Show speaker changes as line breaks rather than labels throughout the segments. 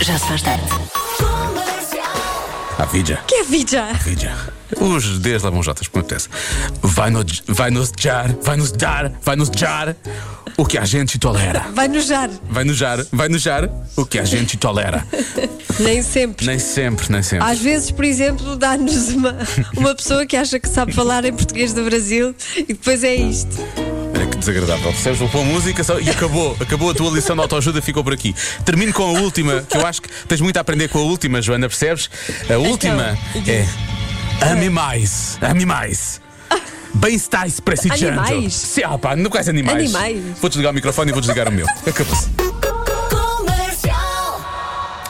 Já se faz tarde.
A vida.
Que é vida?
Vida. Os Ds lá vão Jotas, como é acontece. Vai, no, vai nos jar, vai nos dar, vai nos jar o que a gente tolera.
Vai nojar.
Vai nos jar, vai nos jar o que a gente tolera.
Nem sempre.
Nem sempre, nem sempre.
Às vezes, por exemplo, dá-nos uma, uma pessoa que acha que sabe falar em português do Brasil e depois é isto.
Olha que desagradável. Percebes uma boa música só- e acabou. Acabou a tua lição de autoajuda, ficou por aqui. Termino com a última, que eu acho que tens muito a aprender com a última, Joana, percebes? A
Então,
última é. Ame mais. Ame mais. Bem-estais para si,
Animais?
Sim, ah, pá, não quais animais.
Animais.
Vou desligar o microfone e vou desligar o meu. Acabou-se.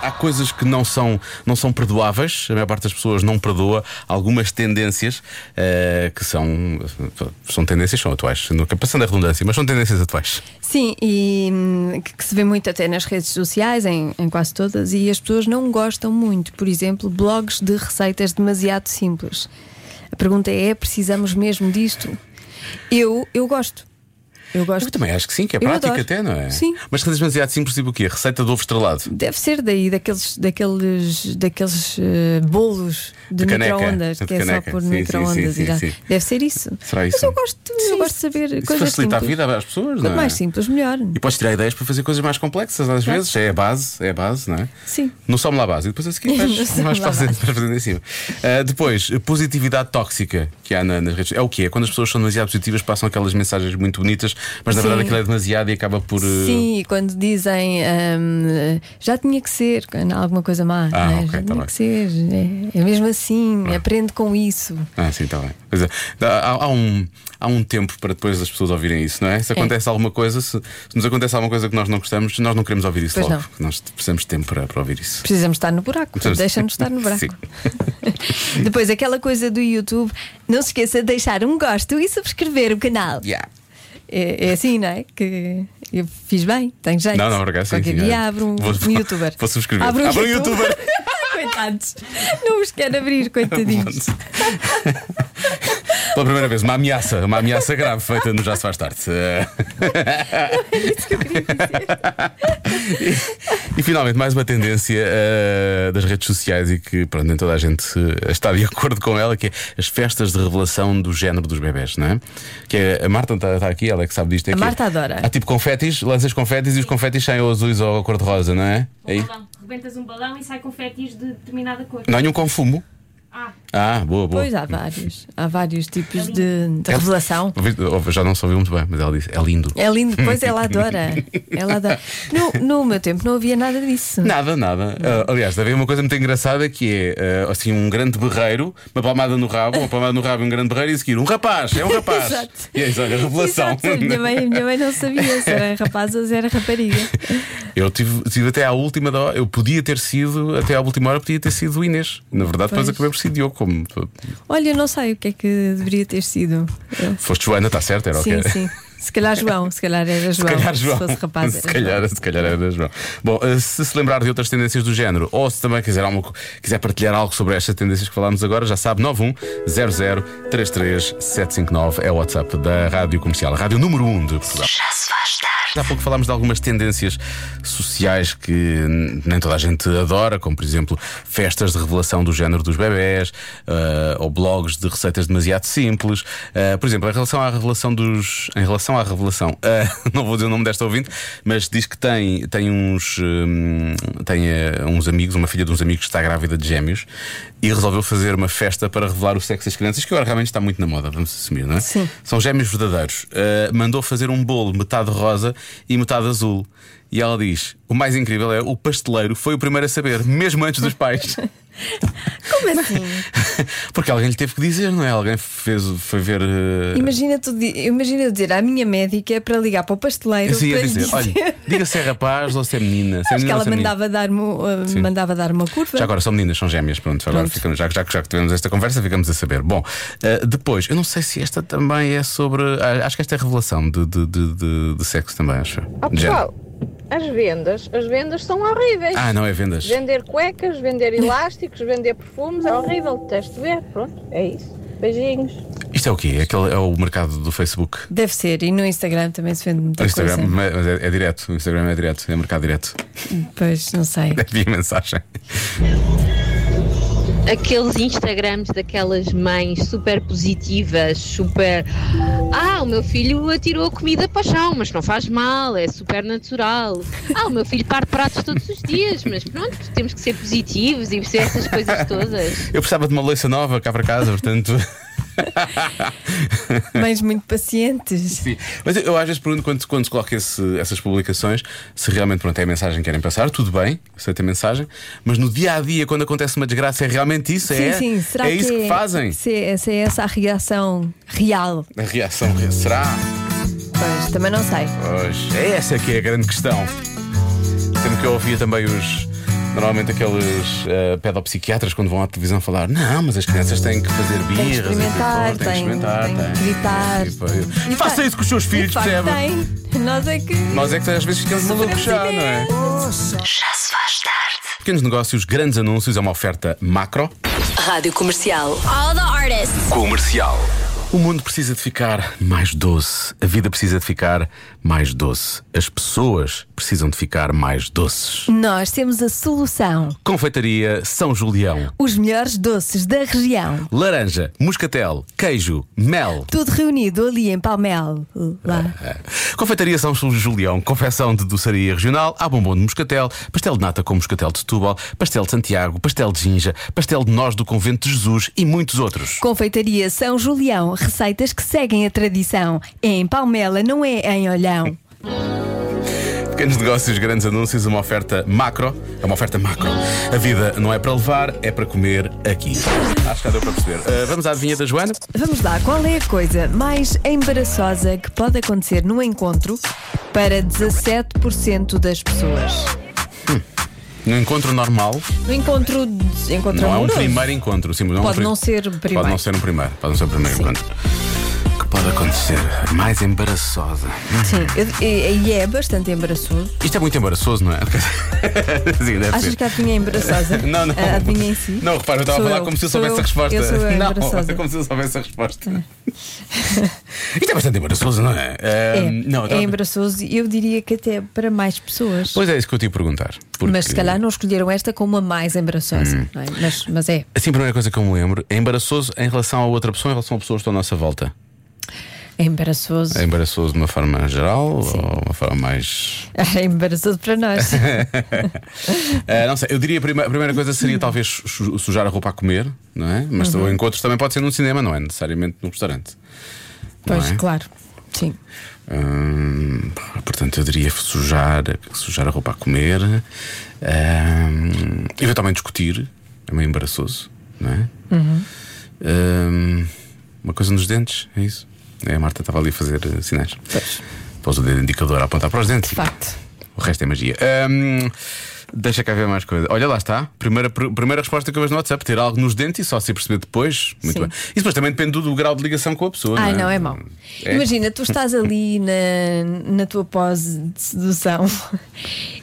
Há coisas que não são, não são perdoáveis, a maior parte das pessoas não perdoa algumas tendências eh, que são, são tendências, são atuais, nunca passando a redundância, mas são tendências atuais.
Sim, e hum, que que se vê muito até nas redes sociais, em, em quase todas, e as pessoas não gostam muito. Por exemplo, blogs de receitas demasiado simples. A pergunta é: precisamos mesmo disto? Eu, eu gosto. Eu
Eu
gosto.
também acho que sim, que é
Eu
prática
adoro.
até, não é?
Sim.
Mas que é demasiado simples, tipo o quê? Receita de ovo estrelado.
Deve ser daí, daqueles, daqueles, daqueles eh, bolos de,
De caneca.
micro-ondas,
De
que é só
caneca.
por
Sim, sim,
micro-ondas.
sim,
e já-
sim.
Deve ser isso.
Será
Mas
isso?
eu gosto, eu gosto de saber
Isso
coisas
facilita
simples.
a vida às pessoas, não
Quanto
é?
mais simples, melhor.
E podes tirar ideias para fazer coisas mais complexas, às vezes. É a base, é a base, não é?
Sim.
Não some lá a base. E depois a seguir
Não
vais,
some
vais,
lá a
fazendo,
base.
vais fazendo em cima. Ah, depois, a positividade tóxica que há na- nas redes É o quê? É quando as pessoas são demasiado positivas, passam aquelas mensagens muito bonitas, mas na
Sim.
verdade aquilo é demasiado e acaba por. eh,
Sim, e quando dizem hum, já tinha que ser, quando há alguma coisa má,
Ah,
não é?
ok,
já
tá
tinha
bem.
que ser, é, é mesmo assim, aprende com isso.
Ah, sim, está bem. Pois é, dá- há, há um, há um tempo para depois as pessoas ouvirem isso, não é? Se acontece alguma coisa, se, se nos acontece alguma coisa que nós não gostamos, nós não queremos ouvir isso
Pois
logo.
não.
porque Nós precisamos de tempo para, para ouvir isso.
Precisamos estar no buraco,
Precisamos-
deixa-nos estar no buraco.
Sim.
Depois, aquela coisa do YouTube, não se esqueça de deixar um gosto e subscrever o canal.
Yeah.
É, é assim, não é? Que eu fiz bem, tenho jeito.
Não, não, por acaso, sim,
Qualquer
sim,
dia
é.
abro um,
Vou-
um
vou-
youtuber.
vou subscrever. Abro um youtuber.
Coitados, não os quero abrir, coitadinhos.
Pela primeira vez, uma ameaça, uma ameaça grave feita no Já Se Faz Tarde. Eh,
É
e, e finalmente, mais uma tendência eh, das redes sociais e que pronto, nem toda a gente eh, está de acordo com ela, que é as festas de revelação do género dos bebés, não é? Que é, a Marta está está aqui, ela é que sabe disto. É
A
que
Marta adora.
Há tipo confetis, lanças confetis e os confetis saem ou azuis ou cor-de-rosa, não é?
Um
Aí?
balão. Rebentas um balão e sai confetis de determinada cor.
Não há nenhum com fumo.
Ah,
Ah, boa, boa.
Pois há vários, há vários tipos de, de revelação.
É um Ouvi- Já não se ouviu muito bem, mas ela disse: é lindo.
É lindo, pois ela adora. Ela adora. No, no meu tempo não havia nada disso.
Nada, nada. Ah, aliás, havia uma coisa muito engraçada que é ah, assim um grande berreiro, uma palmada no rabo, uma palmada no rabo e um grande berreiro e a seguir um rapaz, é um rapaz.
Exato.
E aí, olha, revelação.
Exato, a minha, mãe, a minha mãe não sabia se era rapaz ou se era rapariga.
Eu tive, tive até à última da hora, eu podia ter sido, até à última hora podia ter sido o Inês. Na verdade, depois
Pois.
acabei por ser Diogo, como tu-
Olha, eu não sei o que é que deveria ter sido.
foste Joana, está certo? Era o que
Sim,
era.
sim. Se calhar João, se calhar era
Se
João.
calhar João.
Se fosse rapaz,
se
era
calhar,
João.
se calhar era João. Bom, eh, se se lembrar de outras tendências do género, ou se também quiser, alguma co- quiser partilhar algo sobre estas tendências que falámos agora, já sabe, 910033759 é o WhatsApp da Rádio Comercial, a Rádio número 1 de Portugal.
Já se faz tarde.
Há pouco falámos de algumas tendências sociais que n- nem toda a gente adora, como por exemplo festas de revelação do género dos bebés ah, ou blogs de receitas demasiado simples. Ah, por exemplo, em relação à revelação dos. Em relação à revelação, ah, não vou dizer o nome desta ouvinte, mas diz que tem, tem uns. hum, tem ah, uns amigos, uma filha de uns amigos que está grávida de gêmeos e resolveu fazer uma festa para revelar o sexo das crianças, que agora realmente está muito na moda, vamos assumir, não é?
Sim.
São gêmeos verdadeiros. Uh, mandou fazer um bolo metade rosa e metade azul. E ela diz: o mais incrível é o pasteleiro foi o primeiro a saber, mesmo antes dos pais.
Como assim?
Porque alguém lhe teve que dizer, não é? Alguém fez, foi ver. uh,
Imagina, tu, di- imagina eu dizer à minha médica para ligar para o pasteleiro.
assim,
para
a
lhe
dizer: olha, diga se é rapaz ou se é menina. Se é
Acho
menina
que
ou
ela
se é menino.
mandava dar,
Sim.
mandava dar uma curva.
Já agora são meninas, são gêmeas, pronto. Agora
Pronto.
ficamos- já, já, já que tivemos esta conversa, ficamos a saber. Bom, eh, depois, eu não sei se esta também é sobre. ah, acho que esta é revelação de, de, de, de- de sexo também, acho.
Ó,
Ah,
De
Ah, pessoal,
género.
as vendas, as vendas são horríveis.
Ah, não é vendas.
Vender cuecas, vender elásticos, vender perfumes é horrível. Teste ver, pronto, é isso. Beijinhos.
Isto é o quê? Aquele, é o mercado do Facebook.
Deve ser, e no Instagram também se vende muita
O Instagram,
coisa.
mas é, é direto. O Instagram é direto, é mercado direto.
Pois, não sei.
É via mensagem.
aqueles Instagrams daquelas mães super positivas, super. Ah, o meu filho atirou a comida para o chão, mas não faz mal, é super natural. Ah, o meu filho parte pratos todos os dias, mas pronto, temos que ser positivos e perceber essas coisas todas.
Eu precisava de uma louça nova cá para casa, portanto.
Mães muito pacientes.
Sim. Mas eu, eu às vezes pergunto quando, quando se coloca esse- essas publicações se realmente pronto, é a mensagem que querem passar, tudo bem, aceita a mensagem, mas no dia a dia, quando acontece uma desgraça, é realmente isso? é
sim, sim. Será
é isso que fazem?
Se, se é essa a reação real.
A reação será?
Pois, também não sei.
Pois, é essa que é a grande questão. Sempre que eu ouvia também os. Normalmente aqueles eh, pedopsiquiatras quando vão à televisão falar Não, mas as crianças têm que fazer birras
Tem que
e
experimentar,
tudo, têm que experimentar
tem, tem que
têm.
gritar.
E, pá, eu- Faça isso com os seus filhos,
De facto,
percebe?
Tem. Nós é que.
Nós é que às vezes ficamos malucos já, não é?
Já se faz tarde.
Pequenos negócios, grandes anúncios, é uma oferta macro.
Rádio Comercial.
All the artists.
Comercial.
O mundo precisa de ficar mais doce, a vida precisa de ficar mais doce, as pessoas precisam de ficar mais doces.
Nós temos a solução.
Confeitaria São Julião.
Os melhores doces da região.
Laranja, moscatel, queijo, mel.
Tudo reunido ali em Palmel. Lá.
É. Confeitaria São Julião, confecção de doçaria regional, há bombom de moscatel, pastel de nata com moscatel de Setúbal, pastel de Santiago, pastel de ginja, pastel de nós do Convento de Jesus e muitos outros.
Confeitaria São Julião. Receitas que seguem a tradição. É em Palmela, não é em Olhão.
Pequenos negócios, grandes anúncios, uma oferta macro. É uma oferta macro. A vida não é para levar, é para comer aqui. Acho que já deu para perceber. Ah, vamos à adivinha da Joana?
Vamos lá, qual é a coisa mais embaraçosa que pode acontecer num encontro para 17% das pessoas?
No Um encontro normal,
No encontro, de- encontro
não é um
amoroso.
primeiro encontro. Sim, mas não é um
Pode
pri-
não ser
Pode
primeiro.
não ser um primeiro. Pode não ser um primeiro encontro. O que pode acontecer? Mais embaraçosa.
Sim, eu- e e é bastante embaraçoso.
Isto é muito embaraçoso, não é? Sim, deve
Achas
ser.
que a adivinha é embaraçosa?
Não, não.
A adivinha em si?
Não, repara, eu estava
Sou
a falar como se eu
sou
soubesse a resposta.
Eu sou a
não,
embaraçosa.
como se eu soubesse a resposta. Isto é bastante embaraçoso, não é? Ah,
É,
não, eu
é
estava-
embaraçoso e eu diria que até para mais pessoas.
Pois é, isso que eu te ia perguntar. porque- Hum.
Mas se calhar não escolheram esta como a mais embaraçosa. não é? Mas, mas é.
Assim, a primeira coisa que eu me lembro é embaraçoso em relação a outra pessoa, em relação a pessoas que estão à nossa volta.
É embaraçoso.
É embaraçoso de uma forma geral ou uma forma mais.
É embaraçoso para nós.
é? Ah, não sei, eu diria a prima- a primeira coisa
Uhum.
seria talvez su- sujar a roupa a comer, não é? Mas o encontro também pode ser num cinema, não é? Necessariamente num restaurante.
Pois,
Não é?
claro. Sim.
Hum, portanto, eu diria sujar, sujar a roupa a comer, hum, eventualmente discutir, é meio embaraçoso, não é?
Uhum.
Hum, uma coisa nos dentes, é isso? É, a Marta estava ali a fazer eh, sinais. Pôs o dedo indicador a apontar para os dentes.
De facto.
O resto é magia. Hum, deixa cá ver mais coisa. Olha, lá está. Primeira, pr- primeira resposta que eu vejo no WhatsApp: ter algo nos dentes e só se perceber depois. Muito
Sim.
bem. Isso depois também depende do, do grau de ligação com a pessoa.
Ai,
não é,
não, é mau.
É.
Imagina, tu estás ali na, na tua pose de sedução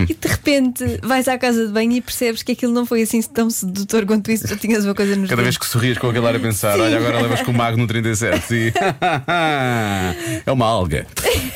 e de repente vais à casa de banho e percebes que aquilo não foi assim tão sedutor quanto isso. Tu tinhas uma coisa nos
Cada vez
dentes.
que sorrias com aquele ar a pensar, olha, agora levas com o Mago no 37 e. é uma alga.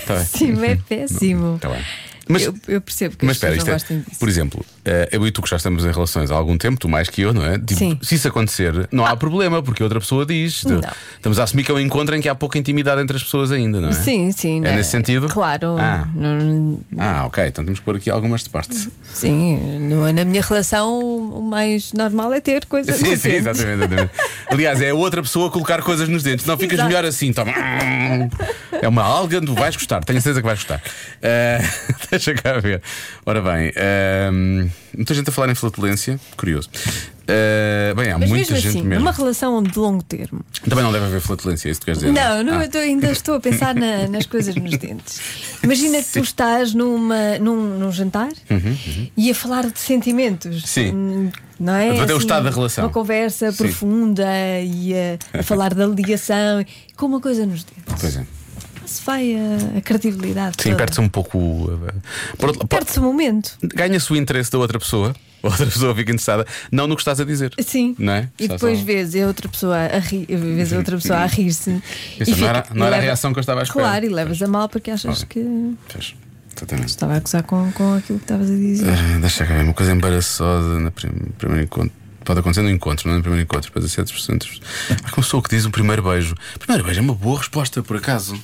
Tá bem.
Sim, é péssimo.
Tá bem. Mas,
eu, eu percebo que
mas
as
espera,
pessoas
isto
não
é,
gostam disso.
por exemplo, eh, eu e tu que já estamos em relações há algum tempo, tu mais que eu, não é? Tipo,
Sim.
Se isso acontecer, não há problema, porque outra pessoa diz.
Não.
Estamos a assumir que é um encontro em que há pouca intimidade entre as pessoas ainda, não é?
Sim, sim.
É
né?
nesse sentido?
Claro.
Ah.
não-
Ah, ok, então temos que pôr aqui algumas de parte.
sim, no- na minha relação o mais normal é ter coisas.
Sim,
nos
sim,
dentes.
exatamente, exatamente. Aliás, é outra pessoa a colocar coisas nos dentes. Não ficas
Exato.
melhor assim, toma. É uma alga, tu vais gostar, tenho certeza que vais gostar. Ah, deixa cá ver. Ora bem, ahm, muita gente a falar em flatulência, curioso. Ah, bem, há
Mas
muita
mesmo
gente
assim,
mesmo.
numa relação de longo termo.
Também não deve haver flatulência, é isso que queres dizer?
Não, não,
Ah.
eu tô- ainda estou a pensar na- nas coisas nos dentes. Imagina que tu estás numa, num, num jantar e a falar de sentimentos.
Uhum, Sim.
Hum, Não é?
Até o estado da relação.
Uma conversa
Sim.
profunda e a, a falar da ligação, com uma coisa nos dentes.
Pois é.
Se vai a, a credibilidade.
Sim,
toda.
perde-se um pouco. o- por outro- por-
Perde-se o momento.
Ganha-se o interesse da outra pessoa, Outra pessoa fica interessada, não no que estás a dizer.
Sim.
Não é?
E
Só-
depois
só-
vês a outra pessoa a rir, vês a outra pessoa a rir-se.
Isso
E
não era- não era a
leva-
reação que eu estava à espera.
Claro, e levas a mal porque achas que
Pois, exatamente.
estava a acusar com, com aquilo que estavas a dizer.
Ah, Deixa cá ver, uma coisa embaraçosa no prim- primeiro encontro. Pode acontecer no encontro, não é no primeiro encontro, depois a 7%. Há como pessoa que diz um primeiro beijo. Primeiro beijo é uma boa resposta, por acaso.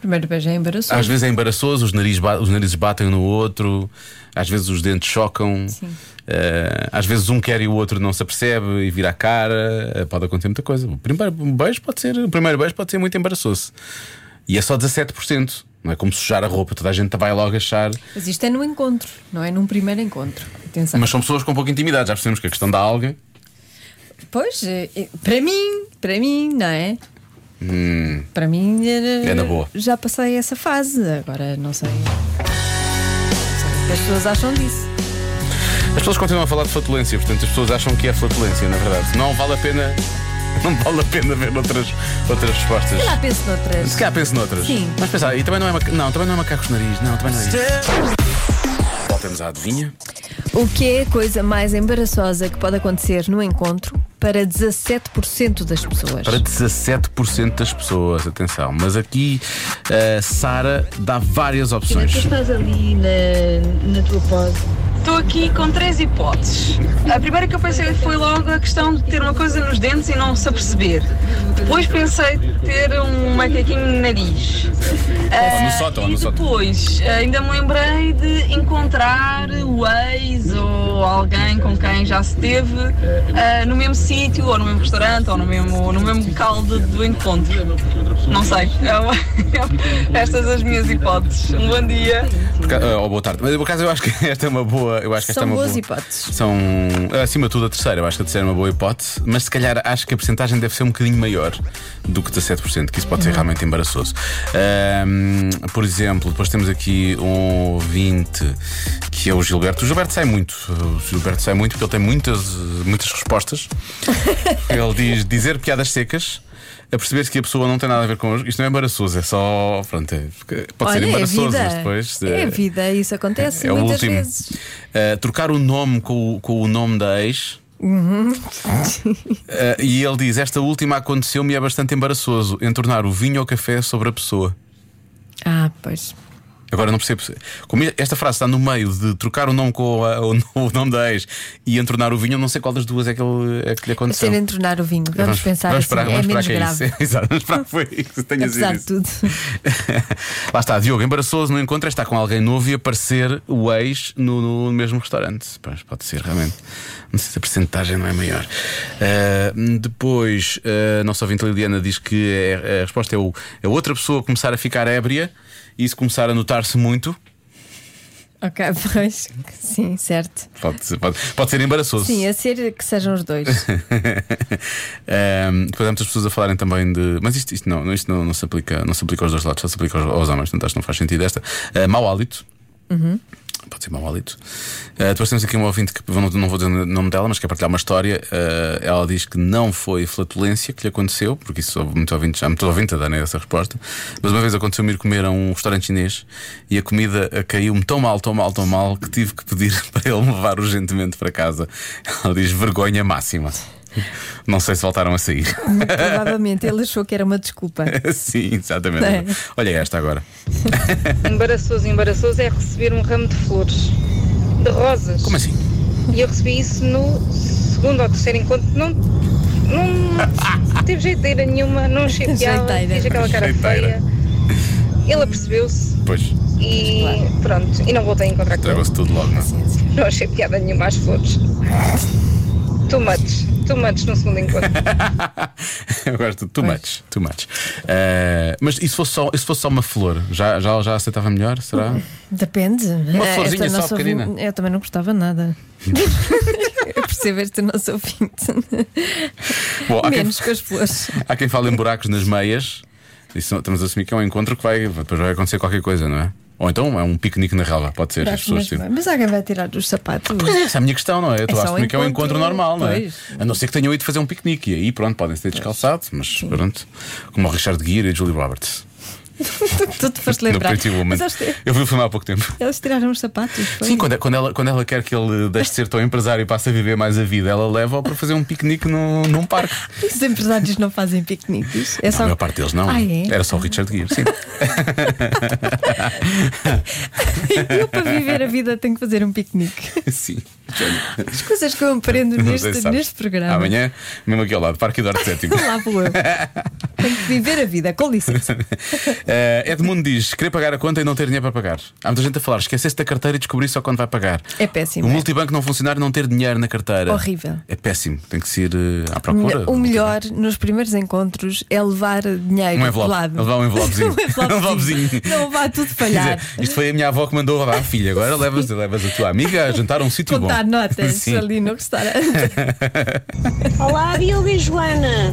Primeiro beijo é embaraçoso.
Às vezes é embaraçoso, os, nariz ba- os narizes batem um no outro, às vezes os dentes chocam, eh, às vezes um quer e o outro não se apercebe e vira a cara, eh, pode acontecer muita coisa. O primeiro beijo pode ser, o primeiro beijo pode ser muito embaraçoso. E é só 17%. Não é como sujar a roupa, toda a gente vai logo achar.
Mas isto é no encontro, não é num primeiro encontro. Atenção.
Mas são pessoas com pouca intimidade, já percebemos que a questão da alga.
Pois, eh, eh, para mim, para mim, não é? Para mim era-
Hum. É na boa.
Já passei essa fase, agora não sei. Não sei o que As pessoas acham disso.
As pessoas continuam a falar de flatulência, portanto as pessoas acham que é flatulência, na verdade. Não vale a pena, não vale a pena ver outras, outras respostas.
Já penso noutras.
Se calhar penso noutras.
Sim.
Mas pensar, e também não é, maca- não, também não é macacos de nariz, não, também não é isso. Voltamos à adivinha.
O que é a coisa mais embaraçosa que pode acontecer no encontro para 17% das pessoas?
Para 17% das pessoas, atenção. Mas aqui eh, Sara dá várias opções.
Estou aqui com três hipóteses. A primeira que eu pensei foi logo a questão de ter uma coisa nos dentes e não se aperceber. Depois pensei ter um macaquinho no nariz.
no
Ah,
sótão,
e
no sótão.
depois ah, ainda me lembrei de encontrar o ex ou alguém com quem já se teve ah, no mesmo sítio, ou no mesmo restaurante, ou no mesmo, no mesmo local de- do encontro. Não sei. É uma- Estas as minhas hipóteses. Um bom dia.
Por ca- ah, ou boa tarde. Mas por acaso eu acho que esta é uma boa. Eu acho que esta
São
é uma
boas
boa-
hipóteses.
São acima de tudo a terceira. Eu acho que a terceira é uma boa hipótese, mas se calhar acho que a porcentagem deve ser um bocadinho maior do que 17%, que isso pode ser
Uhum.
realmente embaraçoso. Ahm, por exemplo, depois temos aqui um ouvinte que é o Gilberto. O Gilberto sai muito. O Gilberto sai muito porque ele tem muitas, eh, muitas respostas. Ele diz dizer piadas secas. A perceber-se que a pessoa não tem nada a ver com isto não é embaraçoso, é só. Pronto, é- pode ser
Olha, é
embaraçoso,
vida.
mas depois.
É
eh,
vida, isso acontece
é o
assim muitas
último.
vezes.
Uh, trocar o nome com, o- com o nome da ex.
Uhum.
Uh, e ele diz: Esta última aconteceu-me e é bastante embaraçoso entornar o vinho ou café sobre a pessoa.
Ah, pois.
Então, Agora não percebo. se- Como esta frase está no meio de trocar o nome com a- o, o nome da ex e entornar o vinho, eu não sei qual das duas é que, ele- é que lhe aconteceu.
Ser entornar o vinho. Vamos, pensar
vamos
assim.
esperar,
é
vamos esperar
menos
que é
grave.
isso. Exato, vamos esperar que foi isso. Tenho a dizer
Apesar de
isso.
tudo.
Lá está, Diogo, embaraçoso no encontro é estar com alguém novo e aparecer o ex no, no mesmo restaurante. Pois, pode ser, realmente. Não sei se a percentagem não é maior. Ah, depois, ah, a nossa ouvinte Liliana diz que é- a resposta é, o, é outra pessoa começar a ficar ébria e isso começar a notar-se muito.
Ok, pois. Sim, certo.
Pode ser, pode, pode ser embaraçoso.
Sim, a ser que sejam os dois.
Ahm, Ehm, depois há muitas pessoas a falarem também de. Mas isto, isto não, isto não, não se aplica, não se aplica aos dois lados, só se aplica aos, aos homens, portanto acho que não faz sentido esta. Ah, mau hálito. Pode ser mau hálito. Ah, depois temos aqui um ouvinte que não, não vou dizer o nome dela, mas quer partilhar uma história. Ah, ela diz que não foi flatulência que lhe aconteceu, porque isso houve muito ouvinte, já há muito ouvinte a dar essa resposta. Mas uma vez aconteceu-me ir comer a um restaurante chinês e a comida ah, caiu-me tão mal, tão mal, tão mal, que tive que pedir para ele me levar urgentemente para casa. Ela diz vergonha máxima. Não sei se voltaram a sair.
Provavelmente ele achou que era uma desculpa.
Sim, exatamente.
É.
Olha esta agora.
Embaraçoso, embaraçoso é receber um ramo de flores, de rosas.
Como assim?
E eu recebi isso no segundo ou terceiro encontro. Não, não teve jeiteira nenhuma, não achei piada,
Jeiteira.
fiz aquela cara
Jeiteira.
feia. Ele apercebeu-se
Pois,
e pronto, e não voltei a encontrar com ele.
tragou-se tudo logo, não? é?
Não achei piada nenhuma às flores. Too much, too much no segundo encontro.
Eu gosto de too much, too much. Eh, mas e se fosse só, e se fosse só uma flor? Já, já, já aceitava melhor? Será?
Uhum. Depende. Eh, Uma
florzinha só pequenina.
Eu também não gostava nada. Eu percebo este nosso ouvinte.
Bom, há, quem,
Menos com as flores.
há quem fale em buracos nas meias. Isso, estamos a assumir que é um encontro que vai, depois vai acontecer qualquer coisa, não é? Ou então é um piquenique na relva, pode ser. As pessoas
Mas,
tipo.
mas alguém vai tirar os sapatos.
Essa é a minha questão, não é? Eu estou a
só um
assumir que é um
encontro,
encontro normal, não é?
pois.
A não ser que tenham ido fazer um piquenique. E aí, pronto, podem se ter descalçado, mas pronto. Como o Richard Gere e o Julie Roberts.
tu te foste
No
lembrar.
Pretty Woman.
Mas eles, ti-
Eu vi o filme há pouco tempo.
eles tiraram os sapatos. Foi?
Sim, quando, quando ela, quando ela quer que ele deixe de ser tão empresário e passe a viver mais a vida, ela leva-o para fazer um piquenique no, num parque.
Os empresários não fazem piqueniques. É
A
só.
maior parte deles não.
Ah, é?
Era só o Richard Gere. Sim.
Eu, para viver a vida, tenho que fazer um piquenique.
sim.
As coisas que eu aprendo
Não
neste,
sei se sabes.
neste programa.
Amanhã, mesmo aqui ao lado, Parque Eduardo VII.
Lá vou eu. Tenho que viver a vida, com licença.
Eh, Edmundo diz: querer pagar a conta e não ter dinheiro para pagar. Há muita gente a falar, esquecesse da carteira e descobrir só quando vai pagar.
É péssimo,
O
é?
multibanco não funcionar e não ter dinheiro na carteira.
Horrível.
É péssimo. Tem que ser eh, à procura. do
O
multibanco.
melhor um nos primeiros encontros é levar dinheiro
Um envelope.
de lado.
Levar um envelopezinho. Um envelopezinho.
Não vá tudo falhar.
Quer dizer, Isto foi a minha avó que mandou lá, filha. Agora levas, levas a tua amiga a jantar a um sítio bom.
Contar notas
Sim.
ali no restaurante.
Olá, Diogo e Joana.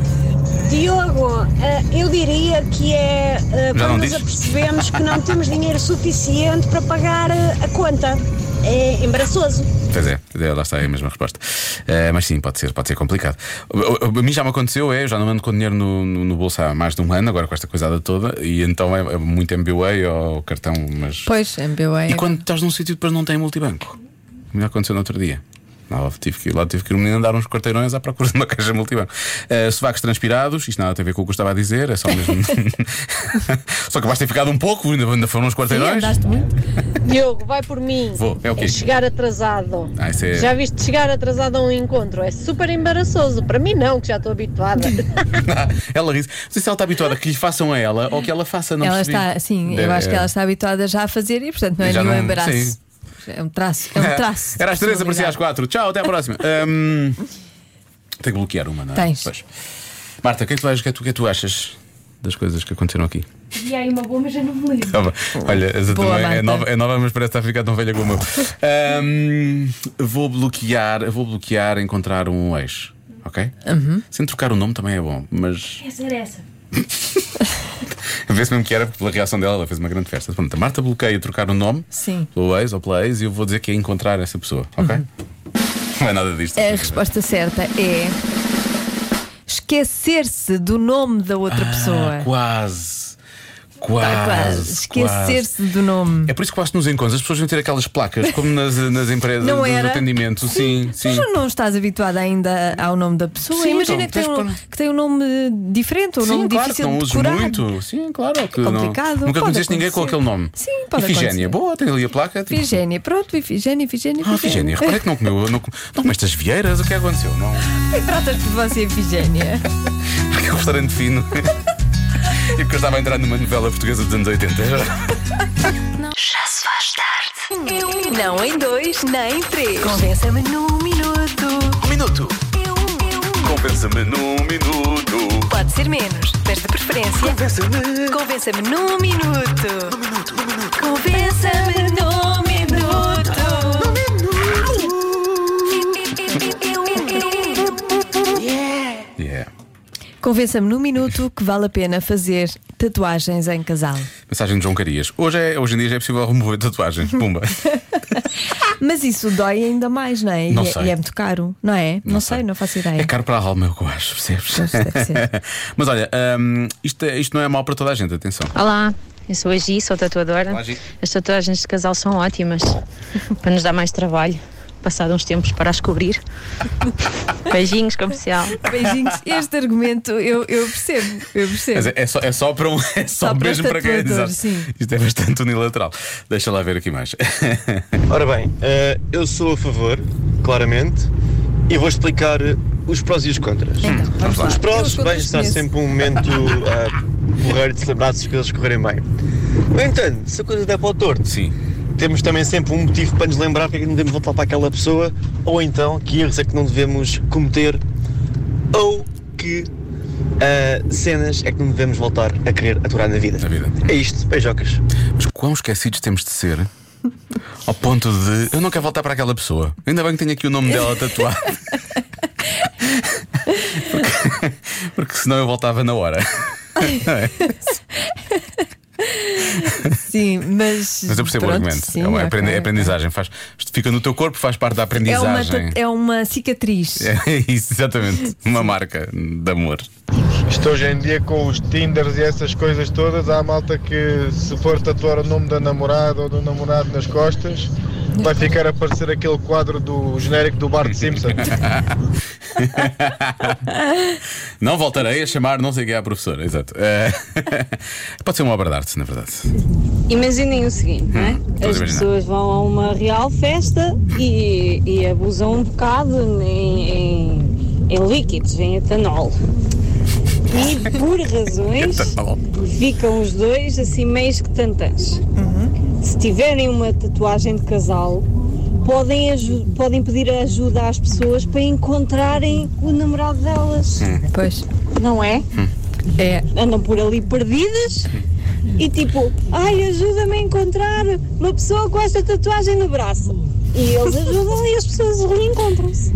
Diogo, eh, eu diria que é eh,
Já não
quando nos
diz?
apercebemos que não temos dinheiro suficiente para pagar eh, a conta. É embaraçoso.
Pois é, é, lá está a mesma resposta. Eh, mas sim, pode ser, pode ser complicado. O- o- A mim já me aconteceu, é, eu já não ando com dinheiro no, no, no bolso há mais de um ano, agora com esta coisada toda, e então é, é muito MBA ou cartão, mas.
Pois, é, MBA.
E quando estás num sítio que depois não tem multibanco? Melhor aconteceu no outro dia. Lá tive que ir, lá tive que ir o menino andar uns quarteirões à procura de uma caixa multibanco. Uh, sovacos transpirados, isto nada tem a ver com o que eu estava a dizer, é só mesmo. só que basta ter ficado um pouco, ainda, ainda foram uns quarteirões.
andaste um- muito.
Diogo, vai por mim.
Vou, é o quê?
É chegar atrasado.
Ah, isso é-
Já viste chegar atrasado a um encontro? É super embaraçoso. Para mim, não, que já estou habituada.
ela ri. Não sei se ela está habituada a que lhe façam a ela ou que ela faça, não
Ela
percebi.
está, sim, eu
Deve- é.
acho que ela está habituada já a fazer e, portanto, não é
Já
nenhum
não-
embaraço.
sim.
É um traço. É um traço. de
Era às três, aparecia às
personalidade.
quatro. Tchau, até à próxima. Hum, Tenho que bloquear uma, não é?
Tens.
Pois. Marta, o que é que tu achas- o que é que tu- o que é que tu achas das coisas que aconteceram aqui?
E aí uma boa, mas já não me lembro.
Tá bom. Olha, essa
Boa,
também é
Marta.
nova, é nova, mas parece estar a ficar tão velha como eu. Ahm, vou bloquear, vou bloquear encontrar um ex, ok?
Uhum.
Sem trocar o nome também é bom, mas
Essa era essa.
vê-se mesmo que era porque pela reação dela, ela fez uma grande festa. Pronto, a Marta bloqueia trocar o nome
Sim. Uhum.
pelo ex ou pela ex e eu vou dizer que é encontrar essa pessoa, ok? Não é nada disto.
A resposta certa é. Esquecer-se do nome da outra
Ah,
pessoa.
quase.
Tá,
Quase.
quase.
quase.
Esquecer-se do nome.
É por isso que quase nos encontros as pessoas vão ter aquelas placas, como nas, nas empresas
Não
de
era?
atendimento. Sim,
Tu
sim.
já não estás habituada ainda ao nome da pessoa.
Sim,
Imagina
então,
que, tem
tens
um,
de pôr-
que tem um nome diferente ou um
Sim,
nome
claro
difícil
que não
de
uso
decorar.
muito. Sim, claro. é Que
complicado,
Não. Nunca
pode
conheceste ninguém com
acontecer.
aquele nome.
Sim, pode
Ifigénia,
acontecer.
boa, tem ali a placa. Tipo...
Ifigénia, pronto, Ifigénia, Ifigénia.
Ah, Ifigénia, reparei que não comeu. Não, com- não comeste as vieiras, o que aconteceu? Não.
E tratas por você, Ifigénia.
Porque é um restaurante fino. e porque eu estava a entrar numa novela portuguesa dos anos 80.
Já se faz tarde.
não em dois, nem em três.
Convença-me num minuto.
Um minuto.
Eu, eu.
Compensa-me num minuto.
Pode ser menos, mas de preferência.
Compensa-me.
Convença-me num minuto. Num minuto, num minuto. Convença-me num minuto. Num minuto.
Yeah.
Convença-me num minuto que vale a pena fazer tatuagens em casal.
Mensagem de João Carias. Hoje, é, hoje em dia já é possível remover tatuagens. Pumba.
Mas isso dói ainda mais, não é?
Não
e, é
sei.
e é muito caro, não é? Não, sei. não faço ideia.
É caro para a alma, eu acho, percebes?
Pois, deve ser.
Mas olha, hum, isto, é- isto não é mau para toda a gente, atenção.
Olá, eu sou a Gi, sou tatuadora.
Olá, Gi.
As tatuagens de casal são ótimas para nos dar mais trabalho. Passado uns tempos para as cobrir. Beijinhos, comercial.
Beijinhos. Este argumento eu, eu percebo, eu percebo.
Mas é, é só, é só para um. É só,
Só para
mesmo para quem.
tatuadores,
Exato.
sim.
Isto é bastante unilateral. Deixa lá ver aqui mais.
Ora bem, eh, eu sou a favor, claramente, e vou explicar eh, os prós e os contras.
Então, Hum, Vamos lá.
Os prós,
Eu
bem, está
conheço.
sempre um momento ah, porreiro de celebrar se as coisas correrem bem. No entanto, se a coisa der para o torto,
Sim.
temos também sempre um motivo para nos lembrar porque é que não devemos voltar para aquela pessoa, ou então que erros é que não devemos cometer, ou que ah, cenas é que não devemos voltar a querer aturar na vida.
Na vida.
É isto, beijocas.
Mas quão esquecidos temos de ser ao ponto de. Eu não quero voltar para aquela pessoa. Ainda bem que tenho aqui o nome dela tatuado. porque, porque senão eu voltava na hora.
Sim, mas.
Mas eu percebo
pronto,
o argumento.
sim,
é uma
ok,
aprendi-
ok.
aprendizagem. Faz, isto fica no teu corpo, faz parte da
É uma,
aprendizagem.
tatu- é uma cicatriz.
É isso, exatamente. Uma marca de amor.
Isto hoje em dia com os Tinders e essas coisas todas, há malta que se for tatuar o nome da namorada ou do namorado nas costas, vai ficar a aparecer aquele quadro do genérico do Bart Simpson.
Não voltarei a chamar, não sei quem é a professora, exato. Eh, pode ser uma obra de arte, na verdade.
Imaginem o seguinte, não é?
Hum, estou a
As
imaginar.
pessoas vão a uma real festa e, e abusam um bocado em, em- em líquidos, em etanol. E por razões
Então, tá
ficam os dois assim meio que tantãs.
Uhum.
Se tiverem uma tatuagem de casal, podem, aju- podem pedir ajuda às pessoas para encontrarem o namorado delas.
Pois.
Não é?
É.
Andam por ali perdidas e tipo, ai, ajuda-me a encontrar uma pessoa com esta tatuagem no braço. E eles ajudam e as pessoas reencontram-se.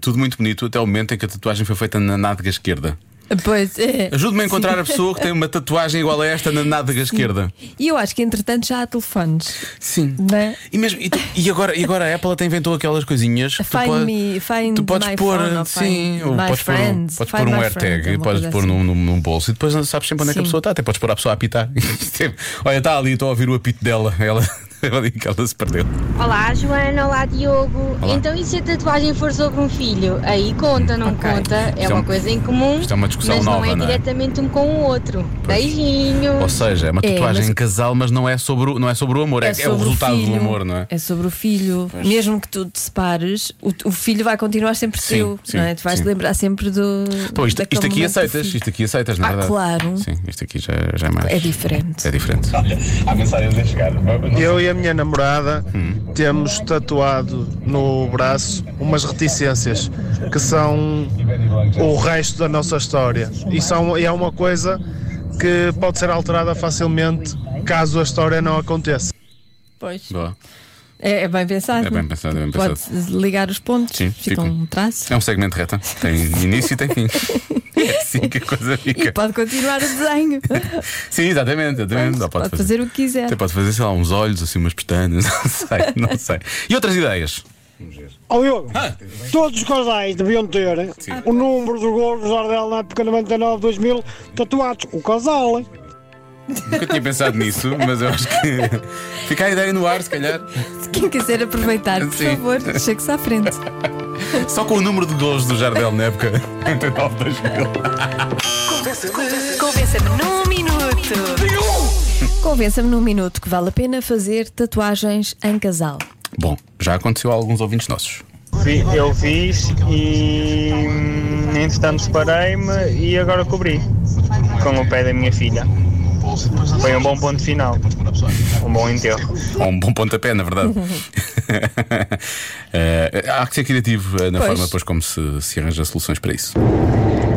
Tudo muito bonito até o momento em que a tatuagem foi feita na nádega esquerda.
Pois é.
Ajude-me a encontrar a pessoa que tem uma tatuagem igual a esta na nádega esquerda.
E eu acho que entretanto já há telefones.
Sim.
Né?
E, mesmo, e, tu- e agora, e agora a Apple até inventou aquelas coisinhas que tu
Find
podes-
me, find
Tu podes
my
pôr,
phone, ou
sim,
find
ou
my
podes pôr, um,
friends,
podes
find
pôr um
my
AirTag,
friend, uma
podes
coisa assim.
pôr num, num- num bolso e depois não sabes sempre onde é que a
Sim.
pessoa está. Até podes pôr a pessoa a apitar. é- Olha, está ali, estou a ouvir o apito dela. Ela, ela, ela se perdeu.
Olá Joana, olá Diogo.
Olá.
Então e se a tatuagem for sobre um filho? Aí conta, não conta. É
Isto é
uma
um-
coisa em comum.
isto é uma discussão
mas não
nova,
é
não é?
diretamente um com o outro. Beijinhos.
Ou seja, é uma tatuagem em casal, mas não é sobre o, não é sobre o amor, é, é o
sobre
resultado
filho,
do amor, não é?
É sobre o filho.
Pois.
Mesmo que tu te separes, o, o filho vai continuar sempre
Sim,
teu.
sim,
não é? Tu vais
sim.
te lembrar sempre do.
Pô, isto,
daquele
isto aqui
momento do
aceitas,
filho.
isto aqui aceitas, na
Ah,
verdade.
claro.
Sim, isto aqui já, já é mais.
É diferente.
É diferente.
Há mensagens a chegar. Eu e a minha namorada temos tatuado no braço umas reticências que são o resto da nossa história. E, são, e é uma coisa que pode ser alterada facilmente caso a história não aconteça.
Pois.
Boa.
É, é bem pensado.
É bem
não?
pensado, é bem
Pode ligar os pontos.
Sim,
fica
fica.
um traço.
É um segmento reta. Tem início e tem fim. É assim que a coisa
E
fica.
pode continuar o desenho.
Sim, exatamente, exatamente. Ou
pode fazer o que quiser.
Até pode fazer, sei lá, uns olhos, assim, umas pestanas, não sei, não sei. E outras ideias?
Ó Diogo, todos os casais deviam ter o número do gol do Jardel na época 99-2000 tatuados com o casal.
Nunca tinha pensado nisso, mas eu acho que fica a ideia no ar, se calhar.
Se quem quiser aproveitar, por
Sim.
favor, chegue-se à frente.
Só com o número de gols do Jardel na época 89
Convença-me num minuto.
Convença-me num minuto que vale a pena fazer tatuagens em casal.
Bom, já aconteceu a alguns ouvintes nossos.
Fi- Eu fiz e hum, entretanto separei-me e agora cobri com o pé da minha filha. Foi um bom ponto final. Um bom enterro.
Ou um bom pontapé, na verdade. Eh, há que ser criativo eh, na
Pois.
forma depois como se, se arranja soluções para isso.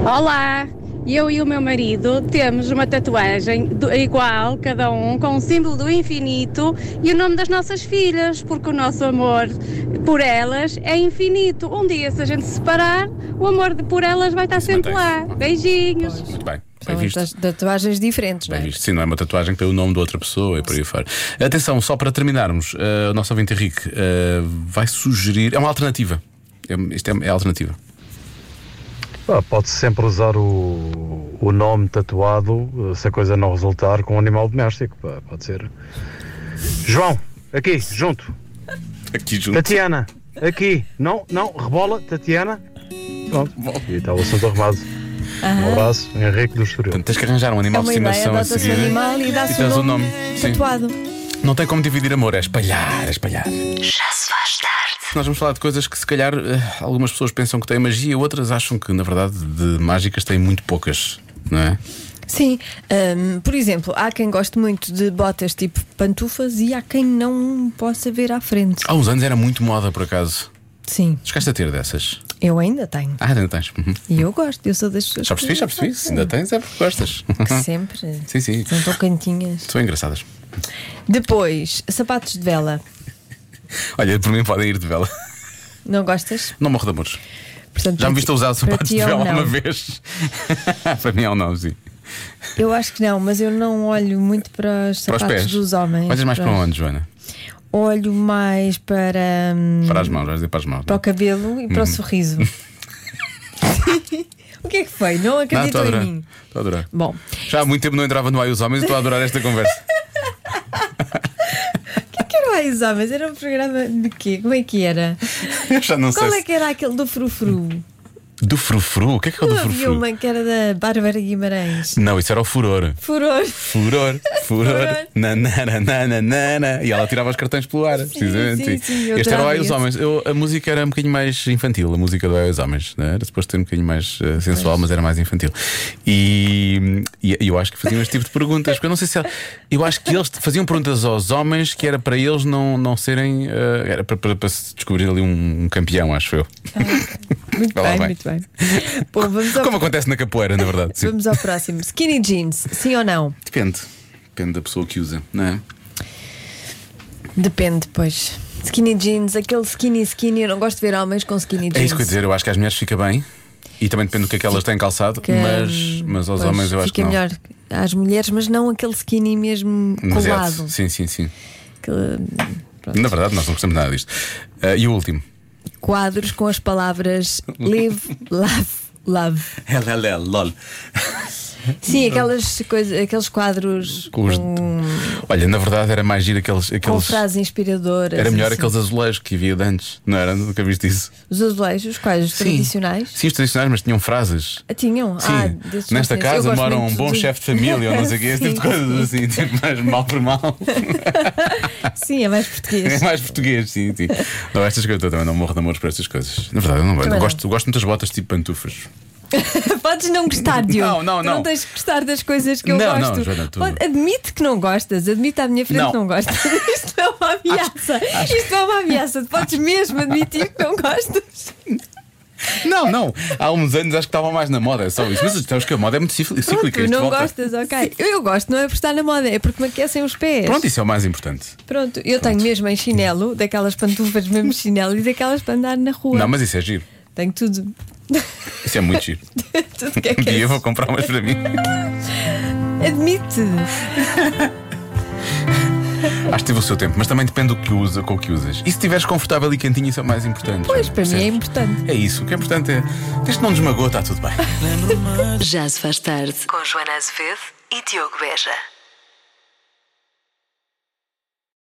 Olá, eu e o meu marido temos uma tatuagem do- igual, cada um, com o símbolo do infinito e o nome das nossas filhas, porque o nosso amor por elas é infinito. Um dia, se a gente se separar, o amor de- por elas vai estar sempre lá. Beijinhos.
Muito bem. Bem
São
visto.
tas- tatuagens diferentes, não
Bem
é?
visto. Sim, não é uma tatuagem que tem o nome de outra pessoa e por aí fora. Atenção, só para terminarmos, eh, o nosso ouvinte Henrique eh, vai sugerir. É uma alternativa. É, isto é, é alternativa.
Ah, pode sempre usar o, o nome tatuado eh, se a coisa não resultar com um animal doméstico. pá, Pode ser. João, aqui, junto.
Aqui junto.
Tatiana, aqui. Não, não, rebola, Tatiana. Pronto. E está o assunto arrumado. Um abraço, Henrique do Estoril.
Tens que arranjar um
É
animal
uma
de
ideia,
estimação a
adota-se um
seguir.
animal e dá-se o nome
Sim.
tatuado.
Não tem como dividir amor, é espalhar, é espalhar.
Já se faz tarde.
Nós vamos falar de coisas que, se calhar, eh, algumas pessoas pensam que têm magia, outras acham que, na verdade, de mágicas têm muito poucas, não é?
Sim, hum, por exemplo, há quem goste muito de botas tipo pantufas e há quem não possa ver à frente.
Há uns anos era muito moda, por acaso.
Sim.
Chegaste a ter dessas?
Eu ainda tenho.
Ah, ainda tens. Uhum.
E eu gosto, eu sou das pessoas.
Já percebi,
que-
já percebi. Se ainda tens, é porque gostas.
Que sempre.
Sim, sim.
São tão cantinhas.
São engraçadas.
Depois, sapatos de vela.
Olha, por mim podem ir de vela.
Não gostas?
Não morro de amores.
Portanto,
Já
para
me
ti-
viste a usar
para
sapatos
ti
de
é um
vela uma
não.
vez? para mim é um não, sim.
Eu acho que não, mas eu não olho muito para os
Para os
sapatos
pés.
dos homens.
Olhas mais para
os-
onde, Joana?
Olho mais para, hum,
é? Para as mãos, vais dizer para as mãos.
para o cabelo e para
Uhum.
o sorriso. O que é que foi? Não
estou
acreditou
a
em
adorar.
mim.
Estou a adorar.
Bom.
Já há muito tempo não entrava no Ai os Homens e estou a adorar esta conversa.
O que é que era o Ai os Homens? Era um programa de quê? Como é que era?
Eu já não
Qual
sei
é que era aquele do frufru?
se- Do frufru? O que é que é o do
Não havia
frufru?
uma que era da Bárbara Guimarães.
Não, isso era o furor.
Furor.
Furor, furor,
Furor.
nanana, nanana. E ela tirava os cartões pelo ar, precisamente.
sim, sim, eu
este era o Ai os
adorava
Homens. Eu- a música era um bocadinho mais infantil, a música do Ai os Homens. né? Era suposto ter um bocadinho mais eh, sensual, mas era mais infantil. E, e- e eu acho que faziam este tipo de perguntas, porque eu não sei se ela- Eu acho que eles faziam perguntas aos homens que era para eles não, não serem. eh, era para, para- para se descobrir ali um, um campeão, acho eu.
Muito
Vai lá,
bem,
vai.
muito bem. Bom, vamos ao,
Como acontece na capoeira, na verdade. Sim.
vamos ao próximo. Skinny jeans, sim ou não?
Depende. Depende da pessoa que usa, não é?
Depende, pois. Skinny jeans, aquele skinny skinny, eu não gosto de ver homens com skinny jeans.
É isso que eu ia dizer, eu acho que às mulheres fica bem e também depende do que é que elas têm calçado,
Que,
mas, mas aos
pois,
homens eu acho
fica
que não. é
melhor às mulheres, mas não aquele skinny mesmo
Demasiado.
colado.
Sim, sim, sim.
Aquele-
Na verdade, nós não gostamos nada disto. Ah, e o último?
quadros com as palavras live, love, love.
LLL, LOL.
Sim, aquelas coisas, aqueles quadros
Com os- Olha, na verdade era mais giro aqueles.
Um, com
aqueles...
frases inspiradoras.
Era melhor
assim.
aqueles azulejos que havia de antes, não era? Nunca viste isso?
Os azulejos, quais? Os tradicionais?
Sim, os tradicionais, mas tinham frases.
Ah, Tinham?
Sim,
Ah, desses não
nesta
sei. Eu
casa
gosto
mora um
muito
bom
do-
chefe de família, ou não sei o quê, esse tipo de
Sim,
coisas assim, tipo, mais mal por mal.
Sim, é mais português.
É mais português, sim, sim. Não, estas coisas eu também não morro de amor para estas coisas. Na verdade, eu não,
Também
eu
não.
gosto, eu gosto muito das botas tipo pantufas.
Podes não gostar de
Não,
um.
não,
tu não
não.
tens de gostar das coisas que eu
Não, não,
gosto.
Joana, tu-
Pode- Admite que não gostas, admite à minha frente
Não.
que não gostas. Isto é uma ameaça. Isto é uma ameaça. Tu Podes mesmo admitir que não gostas.
Não, não. Há uns anos acho que estava mais na moda, é só isso. Mas sabes que a moda é muito cíclica.
Pronto,
cíclica, isto
não
volta.
gostas, ok. Eu, eu gosto, não é por estar na moda, é porque me aquecem os pés.
Pronto, isso é o mais importante.
Pronto, eu tenho mesmo em chinelo, daquelas pantufas mesmo de chinelo e daquelas para andar na rua.
Não, mas isso é giro.
Tenho tudo.
Isso é muito giro.
tudo que é
Um
que
dia eu vou comprar umas para mim.
Admite.
Acho que teve o seu tempo, mas também depende do que usa, com o que usas. E se estiveres confortável e quentinho, isso é o mais importante.
Pois,
Joana,
para mim é
percebes?
importante.
É isso. O que é importante é. Desde que não desmagou, está tudo bem.
Já se faz tarde. Com Joana Azevedo e Diogo Beja.